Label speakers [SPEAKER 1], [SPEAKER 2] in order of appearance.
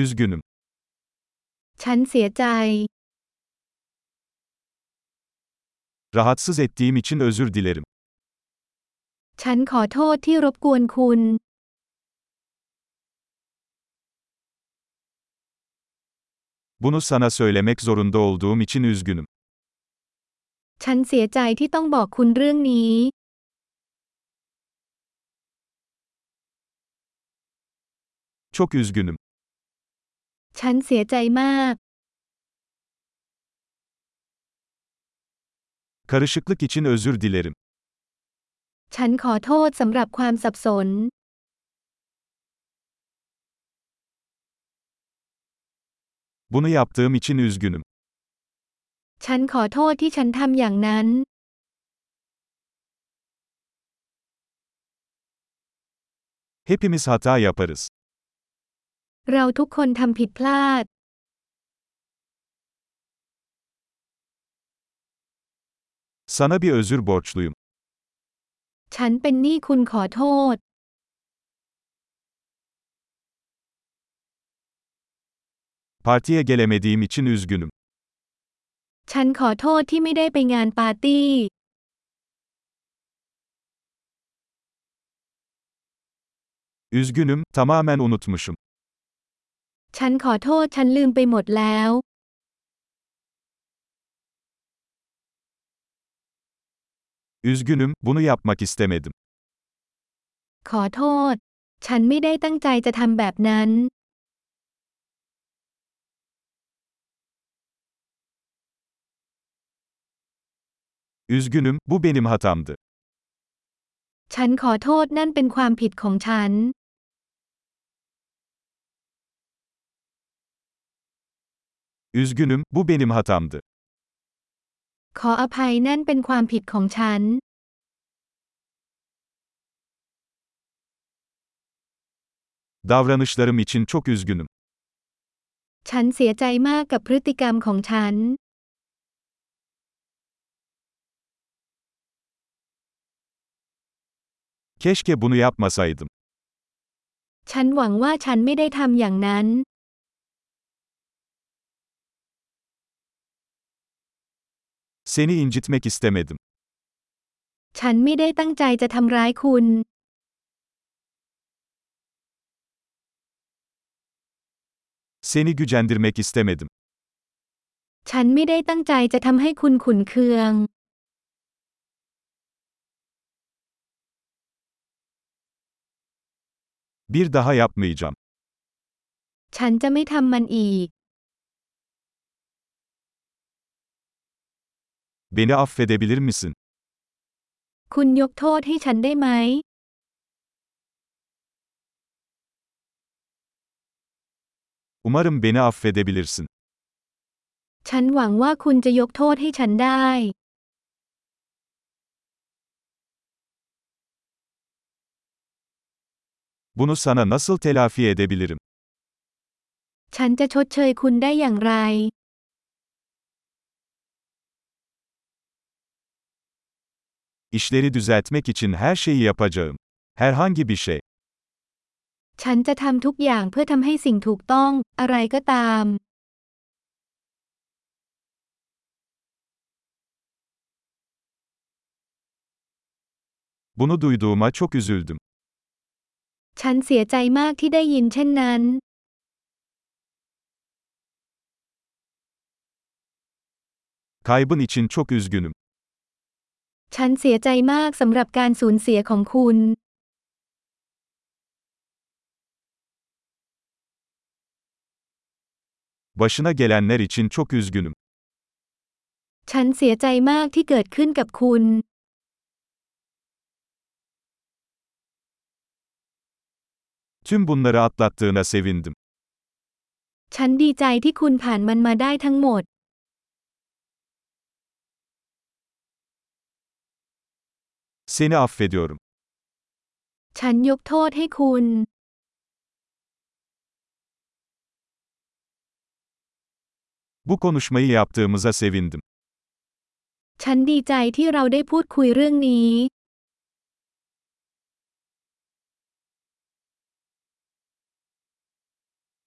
[SPEAKER 1] Üzgünüm.
[SPEAKER 2] ฉันเสียใจ
[SPEAKER 1] Rahatsız ettiğim için özür dilerim.
[SPEAKER 2] ฉันขอโทษที่รบกวนคุณ
[SPEAKER 1] Bunu sana söylemek zorunda olduğum için üzgünüm.
[SPEAKER 2] ฉันเสียใจที่ต้องบอกคุณเรื่องนี้
[SPEAKER 1] Çok üzgünüm.
[SPEAKER 2] ฉันเสียใจมาก
[SPEAKER 1] Karışıklık için özür dilerim.
[SPEAKER 2] ฉันขอโทษสำหรับความสับสน
[SPEAKER 1] Bunu yaptığım için üzgünüm.
[SPEAKER 2] ฉันขอโทษที่ฉันทำอย่างนั้น
[SPEAKER 1] Hepimiz hata yaparız.
[SPEAKER 2] เราทุกคนทำผิดพลาด
[SPEAKER 1] Sana bir özür borçluyum.
[SPEAKER 2] ฉันเป็นหนี้คุณขอโทษ
[SPEAKER 1] Partiye gelemediğim için üzgünüm.
[SPEAKER 2] ฉันขอโทษที่ไม่ได้ไปงานปาร์ตี้
[SPEAKER 1] Üzgünüm, tamamen unutmuşum.
[SPEAKER 2] ฉันขอโทษฉันลืมไปหมดแล้ว
[SPEAKER 1] Üzgünüm, bunu yapmak istemedim.
[SPEAKER 2] ขอโทษ ฉันไม่ได้ตั้งใจจะทำแบบนั้น
[SPEAKER 1] Üzgünüm, bu benim hatamdı.
[SPEAKER 2] ฉันขอโทษนั่นเป็นความผิดของฉัน
[SPEAKER 1] Üzgünüm, bu benim hatamdı.
[SPEAKER 2] ขออภัยนั่นเป็นความผิดของฉัน
[SPEAKER 1] Davranışlarım için çok üzgünüm.
[SPEAKER 2] ฉันเสียใจมากกับพฤติกรรมของฉัน
[SPEAKER 1] Keşke bunu yapmasaydım.
[SPEAKER 2] ฉันหวังว่าฉันไม่ได้ทำอย่างนั้น
[SPEAKER 1] Seni incitmek istemedim.
[SPEAKER 2] ฉันไม่ได้ตั้งใจจะทำร้ายคุณ
[SPEAKER 1] Seni gücendirmek istemedim.
[SPEAKER 2] ฉันไม่ได้ตั้งใจจะทำให้คุณขุนเคือง
[SPEAKER 1] Bir daha yapmayacağım.
[SPEAKER 2] ฉันจะไม่ทำมันอีก
[SPEAKER 1] Beni affedebilir misin?
[SPEAKER 2] คุณยกโทษให้ฉันได้ไหม
[SPEAKER 1] Umarım beni affedebilirsin.
[SPEAKER 2] ฉันหวังว่าคุณจะยกโทษให้ฉันได้
[SPEAKER 1] Bunu sana nasıl telafi edebilirim?
[SPEAKER 2] ฉันจะชดเชยคุณได้อย่างไร
[SPEAKER 1] İşleri düzeltmek için her şeyi yapacağım. Herhangi bir şey.
[SPEAKER 2] ฉันจะทำทุกอย่างเพื่อทำให้สิ่งถูกต้อง อะไรก็ตาม
[SPEAKER 1] Bunu duyduğuma çok üzüldüm.
[SPEAKER 2] ฉันเสียใจมากที่ได้ยินเช่นนั้น
[SPEAKER 1] Kaybın için çok üzgünüm.
[SPEAKER 2] ฉันเสียใจมากสำหรับการสูญเสียของคุณ
[SPEAKER 1] Başına gelenler için çok üzgünüm.
[SPEAKER 2] ฉันเสียใจมากที่เกิดขึ้นกับคุณ
[SPEAKER 1] Tüm bunları atlattığına sevindim.
[SPEAKER 2] ฉันดีใจที่คุณผ่านมันมาได้ทั้งหมด
[SPEAKER 1] Seni affediyorum.
[SPEAKER 2] ฉันยกโทษให้คุณ
[SPEAKER 1] Bu konuşmayı yaptığımıza sevindim.
[SPEAKER 2] ฉันดีใจที่เราได้พูดคุยเรื่องนี้